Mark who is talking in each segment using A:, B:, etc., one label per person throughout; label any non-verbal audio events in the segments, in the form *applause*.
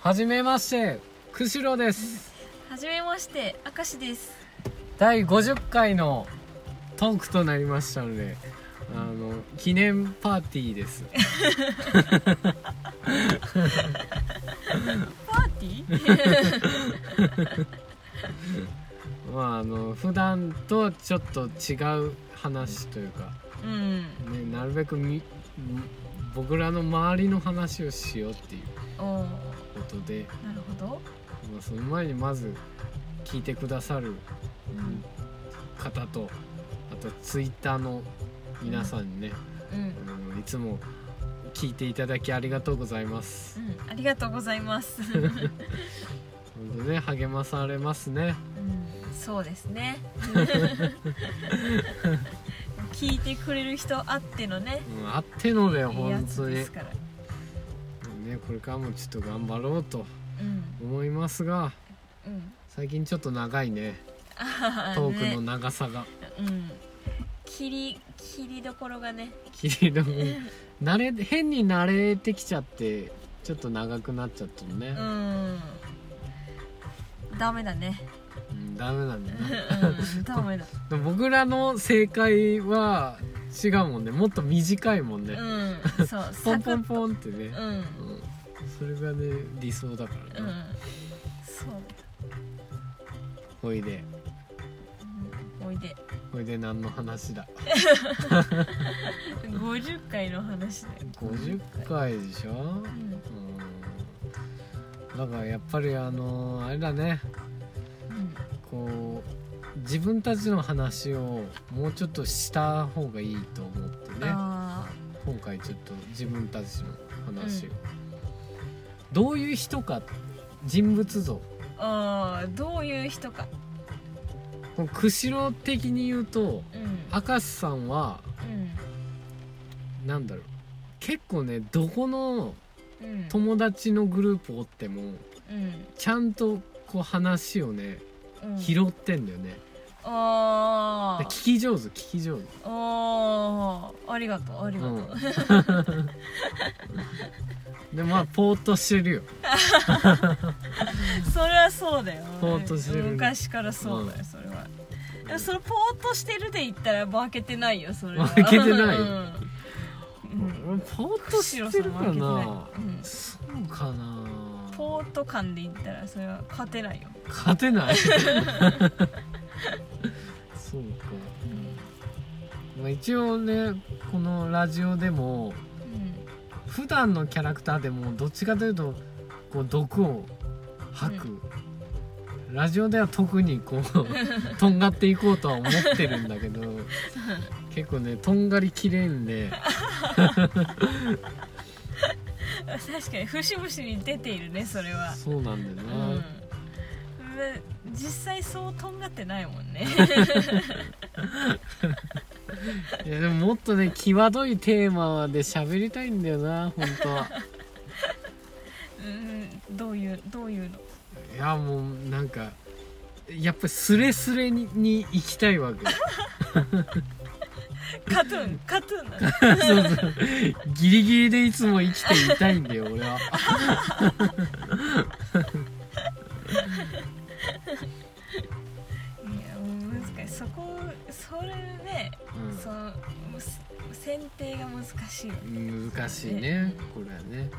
A: はじめまして、釧路です。
B: はじめまして、明石です。
A: 第50回のトークとなりましたので、あの記念パーティーです。 *laughs*
B: パーティー？
A: まああの普段とちょっと違う話というか、
B: *laughs* うん。
A: ねなるべくみ僕らの周りの話をしようっていう
B: おお、な
A: ことで、
B: るほど。
A: まあ、その前にまず聞いてくださる
B: うん。
A: 方と、あとツイッターの皆さんにね。
B: うん。
A: あのいつも聞いていただきありがとうございます
B: うん。ありがとうございます。
A: 本当ね励まされますね
B: うん、そうですね。聞いてくれる人あってのね。
A: うんあってので
B: いいや
A: 本当
B: つ
A: に
B: で
A: ね
B: すから。
A: これからもちょっと頑張ろうと
B: うん。
A: 思いますが
B: うん。
A: 最近ちょっと長いね
B: あはは
A: トークの
B: ね、
A: 長さが、
B: うん。切り切りどころがね。
A: 切りの慣れ変に慣れてきちゃってちょっと長くなっちゃったのね
B: う、ん。ダメだね。
A: うん、ダメなんだ
B: う
A: ね
B: ん。ダメだ。
A: でも僕らの正解は違うもんねもっと短いもんね、
B: うん。そう。
A: ポ
B: サ
A: ン
B: ク
A: ポン
B: ッと。
A: ポンってね、
B: うん。
A: うんそれがね理想だか
B: う
A: らね、
B: ん。そう。
A: ほいで
B: うんおいで。
A: ほいで何の話だ
B: 50回の話だよ。
A: 50回でしょ
B: うん
A: うんだからやっぱりあのーあれだね
B: うん
A: こう自分たちの話をもうちょっとした方がいいと思ってね
B: あ
A: 今回ちょっと自分たちの話を、どういう人か人物像
B: ーあーどういう人か
A: この釧路的に言うと
B: うん
A: 明石さんはなんだろう結構ねどこの
B: うんうん
A: 友達のグループおっても
B: うん
A: ちゃんとこう話をね
B: うん
A: 拾ってんだよね、
B: あ
A: で
B: ー
A: 聞き上手聞き上手
B: あーありがとうありがとう、
A: うん *laughs* でまあポーっとしてるよ
B: *laughs* それはそうだよ
A: ぽーっとしてるね
B: 昔からそうだよ、
A: うん
B: それはでもそのポーっとしてるで言ったら負けてないよそれは
A: 負けてない
B: うん、うん
A: 俺ポーっとしてるか
B: 釧路さん
A: な
B: は負けてないうん
A: そうかな
B: ポーっと感で言ったらそれは勝てないよ
A: 勝てない *laughs* そうか、まあ、一応ねこのラジオでも
B: う
A: 普段のキャラクターでもどっちかというとこう毒を吐く、ラジオでは特にこう *laughs* とんがっていこうとは思ってるんだ *laughs* けど結構ねとんがりきれんで
B: ん確かに節々に出ているねそれは
A: そうなんだよな、
B: うんで実際そうとんがってないも
A: *laughs*
B: んね
A: いやでももっとね際どいテーマで喋りたいんだよな本当 *laughs* は
B: うんどういうどういうの
A: いやもうなんかやっぱりスレスレにに行きたいわけ
B: カトゥーンカトゥーンなの
A: そうそうギリギリでいつも生きていたいんだよ俺は
B: いやもう難しいそこそれね、
A: うん
B: そのむす選定が難しいよ
A: 難しいねこれはね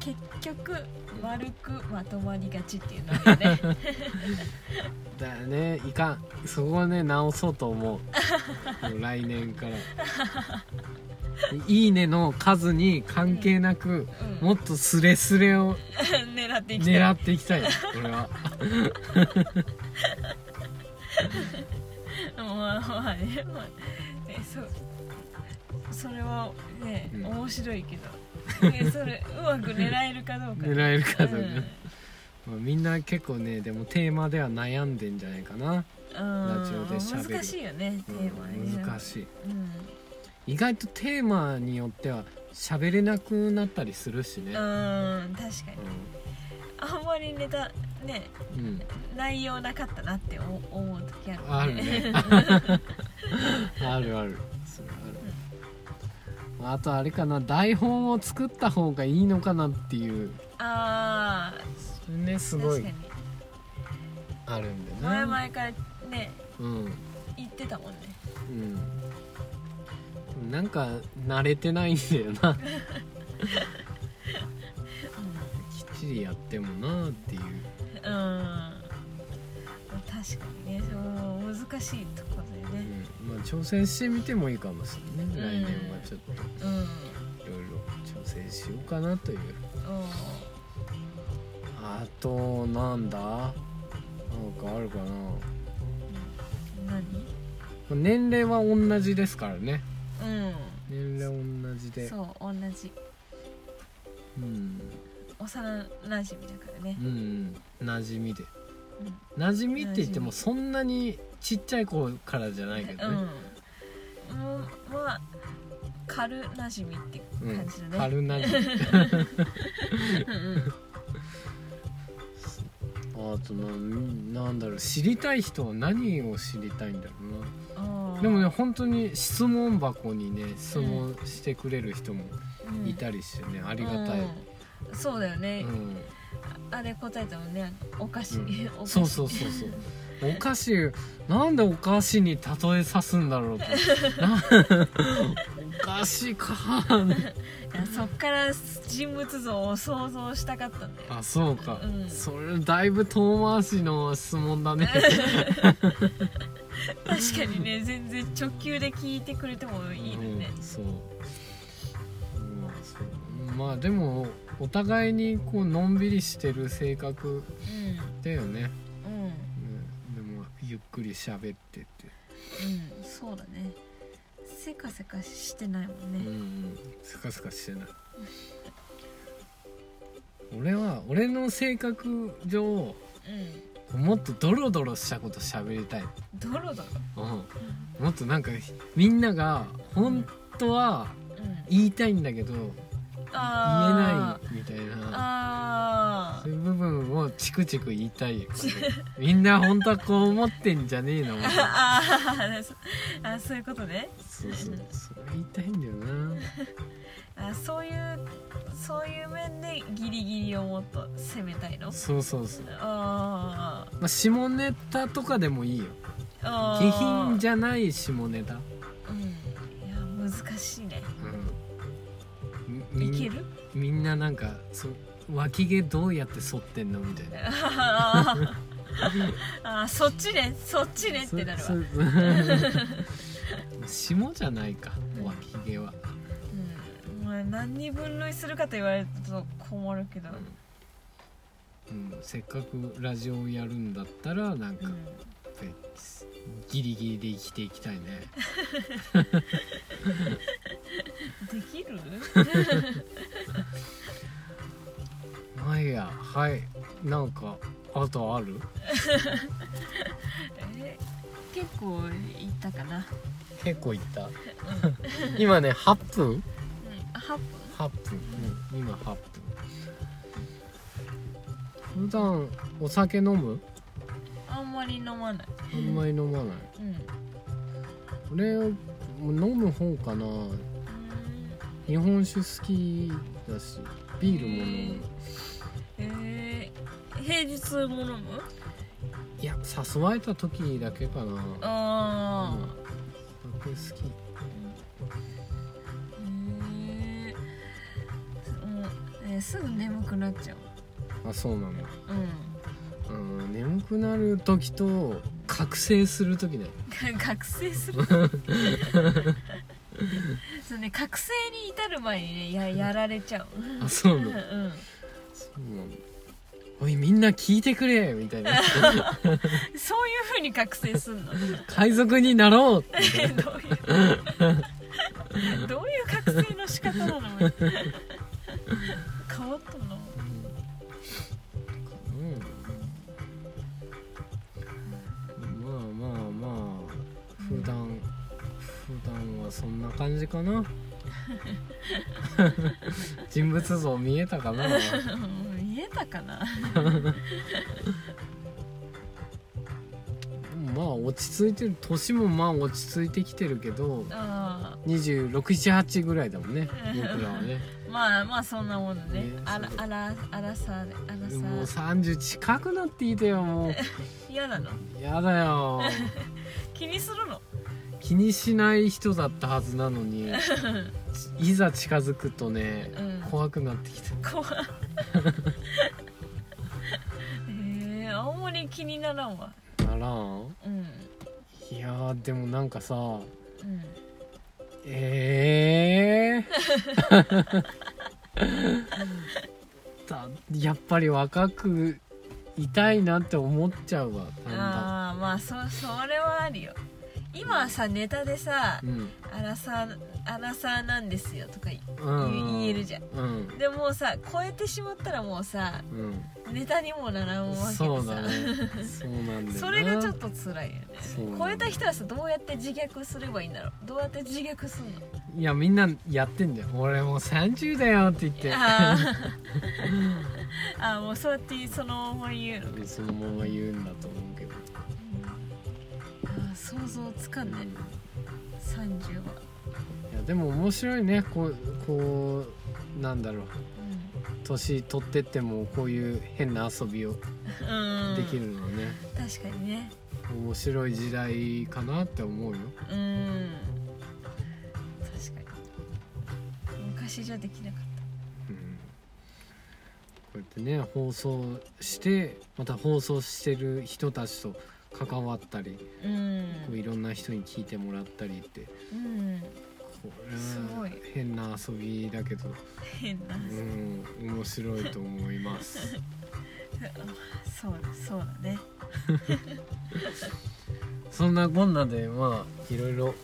B: 結局悪くまとまりがちっていうのがね
A: だよねいかんそこはね直そう
B: *laughs*
A: と思うもう来年から「いいね」の数に関係なく、*laughs*
B: うん
A: もっとスレスレを
B: *laughs* 狙っていきたい
A: 狙っていきたい俺は
B: まあまあね,、まあ、ねそうそれはね、
A: うん
B: 面白いけど、ね、それうまく狙えるかどうか
A: 狙えるかどうか、
B: うん
A: まあみんな結構ねでもテーマでは悩んでんじゃないかな、
B: うん
A: ラジオで喋る
B: 難しいよねテ
A: う
B: ーマ
A: ん、難
B: い、
A: しい
B: うん
A: 意外とテーマによっては喋れなくなったりするしね
B: うん、確かにあんまりネタね
A: うん、うん
B: 内容なかったなって思思う時ある
A: *laughs* あるねあるあるそれあるあとあれかな台本を作った方がいいのかなっていう
B: あ
A: それねすご
B: 確
A: い
B: かに
A: あるんだよ
B: 前
A: ね
B: 々からね
A: うん
B: 言ってたもんね
A: うんなんか慣れてないんだよなきっちりやってもなっていう
B: うんまあ確かにねその難しいところでね
A: うんまあ、挑戦してみてもいいかもしれないね、
B: う
A: 来年
B: ん
A: はちょっと
B: うん、
A: いろいろ挑戦しようかなという
B: お
A: あとなんだなんかあるかな
B: 何
A: 年齢は同じですからね
B: うん
A: 年齢同じで
B: そう同じ
A: うん
B: 幼なじみだからね
A: う、ん馴染みで
B: うん
A: 馴染みって言っても
B: 馴
A: そんなにちっちゃい子からじゃないけどね、
B: うん、もうまあ軽なじみって
A: うん
B: 感じだね、
A: 春馴染み
B: *laughs* うん
A: あとなんなんだろう知りたい人は何を知りたいんだろうな
B: う
A: *laughs*
B: ん
A: でもね本当に質問箱にね質問してくれる人も
B: うん
A: いたりしてね、ありがたい、
B: うんそうだよ
A: う
B: ね
A: ん、
B: あれ答えてもねお菓子、
A: うん
B: *laughs* お菓子
A: そうそうそうそうお菓子なんでお菓子に例えさすんだろう
B: *laughs*
A: となお菓子か
B: いやそっから人物像を想像したかったんだよ
A: あそうか、
B: うん
A: それだいぶ遠回しの質問だね
B: 確かにね全然直球で聞いてくれてもいいのね
A: うん、そう,、まあ、そうまあでもお互いにこうのんびりしてる性格だよね、
B: うんうん
A: うん、でもゆっくり喋ってって、
B: うんそうだねせかせかしてないもん
A: うんう
B: ね
A: んスカスカしてない俺は俺の性格上
B: う
A: もっとドロドロしたこと喋りたい、
B: んドロドロ
A: うん、もっとなんかみんなが本当は
B: うん
A: 言いたいんだけど言えな
B: あ
A: いみたいな
B: ーあ
A: そういう部分をチクチク言いたいよみんな本当はこう思ってんじゃねえの
B: ーあー *laughs* そあそういうことね
A: そうそうそれ言いたいんだよな
B: あそういうそういう面でギリギリをもっと攻めたいの
A: そうそうそう
B: あー
A: まあ、下ネタとかでもいいよ
B: あ
A: 下品じ
B: ゃ
A: ゃない下ネタ、
B: うんいや難しいね
A: うん、み
B: い
A: み
B: け
A: ん *laughs*
B: る *laughs*
A: みんななんかそ脇毛どうやって剃ってんのみたいな
B: あーあーそっちねそっちねってなるわ、
A: そ
B: うん、
A: そ *laughs* 下じゃないか脇毛は、
B: まあ何に分類するかと言われると困るけど、
A: うんうんせっかくラジオやるんだったらなん
B: う
A: か、
B: ん、
A: ギリギリで生きていきたいね
B: できる
A: まあいいやはいなんかあとある
B: え結構いったかな、
A: 結構いった *laughs* 今ね8分
B: うん、8分
A: 8分、うん、今8分普段お酒飲む
B: あんまり飲まない
A: あんまり飲まない
B: うんう
A: 俺もう飲む方かな日本酒好きだしビールも飲む
B: ーんえー、平日も飲む
A: いや誘われた時だけかな
B: あ
A: うん
B: あ、
A: 酒好き
B: へえもうえーすぐ眠くなっちゃう
A: あそうなの
B: う
A: うん眠くなる時と覚醒する時だよ
B: ん *laughs* 覚醒するそうね覚醒に至る前にねややられちゃう
A: あそう
B: う
A: なんの
B: うん
A: そうなのおいみんな聞いてくれみたいな
B: そういう風に覚醒す
A: *laughs*
B: んのどうい
A: 海賊になろう
B: うどういう覚醒の仕方なの変わったの
A: うん、まあまあまあ普段普段はそんな感じかな *laughs* 人物像見えたかな
B: うん見えたかな
A: まあ落ち着いてる年もまあ落ち着いてきてるけど
B: あ
A: 2 6 7 8ぐらいだもんね僕らはね
B: ーまあまあそんなもんだね
A: ね
B: あら
A: そう
B: あらあらさあら
A: もう
B: さ
A: 30近くなっていたよもう
B: 嫌なの
A: やだよ
B: 気にするの
A: 気にしない人だったはずなの
B: *laughs*
A: にいざ近づくとね、
B: うん
A: 怖くなってきた
B: 怖いえー、青森気にならんわ
A: あらん
B: うん
A: いやーでもなんかさ
B: うん
A: ええーだ *laughs* やっぱり若くいたいなって思っちゃうわなんだ
B: ああまあそそれはあるよ今はさネタでさ
A: うん
B: 「アラサーアラサーなんですよ」とかい
A: うん
B: 言えるじゃん
A: うん
B: でもうさ超えてしまったらもうさネタにもならん
A: うん
B: わけでさ
A: そうだねそうなんだよな
B: それがちょっと辛いよね
A: そうなんだ
B: 超えた人はさどうやって自虐すればいいんだろうどうやって自虐すんの
A: いやみんなやってんだよ俺もう30だよって言って
B: あー *laughs* あーもうそうやってそのまま言うの
A: そのまま言うんだと思うけど、
B: あー想像つかん
A: う
B: ね
A: んい
B: 30は
A: やでも面白いねこうこうなんだろう年取ってってもこういう変な遊びを
B: うん、うん、
A: できるのはね、
B: 確かにね
A: 面白い時代かなって思うよ
B: うん確かに昔じゃできなかっ
A: うんこうやってね放送してまた放送してる人たちと関わったり
B: たうん
A: こういろんな人に聞いてもらったりって
B: うん *laughs*
A: これ
B: すご
A: はい変な遊びだけど
B: 変な
A: うん面白いと思います
B: そうそうだね
A: そんなこんなでまあいろいろ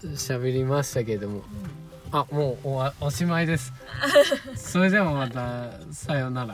A: 喋りましたけどもあもうおわおしまいですそれではまたさようなら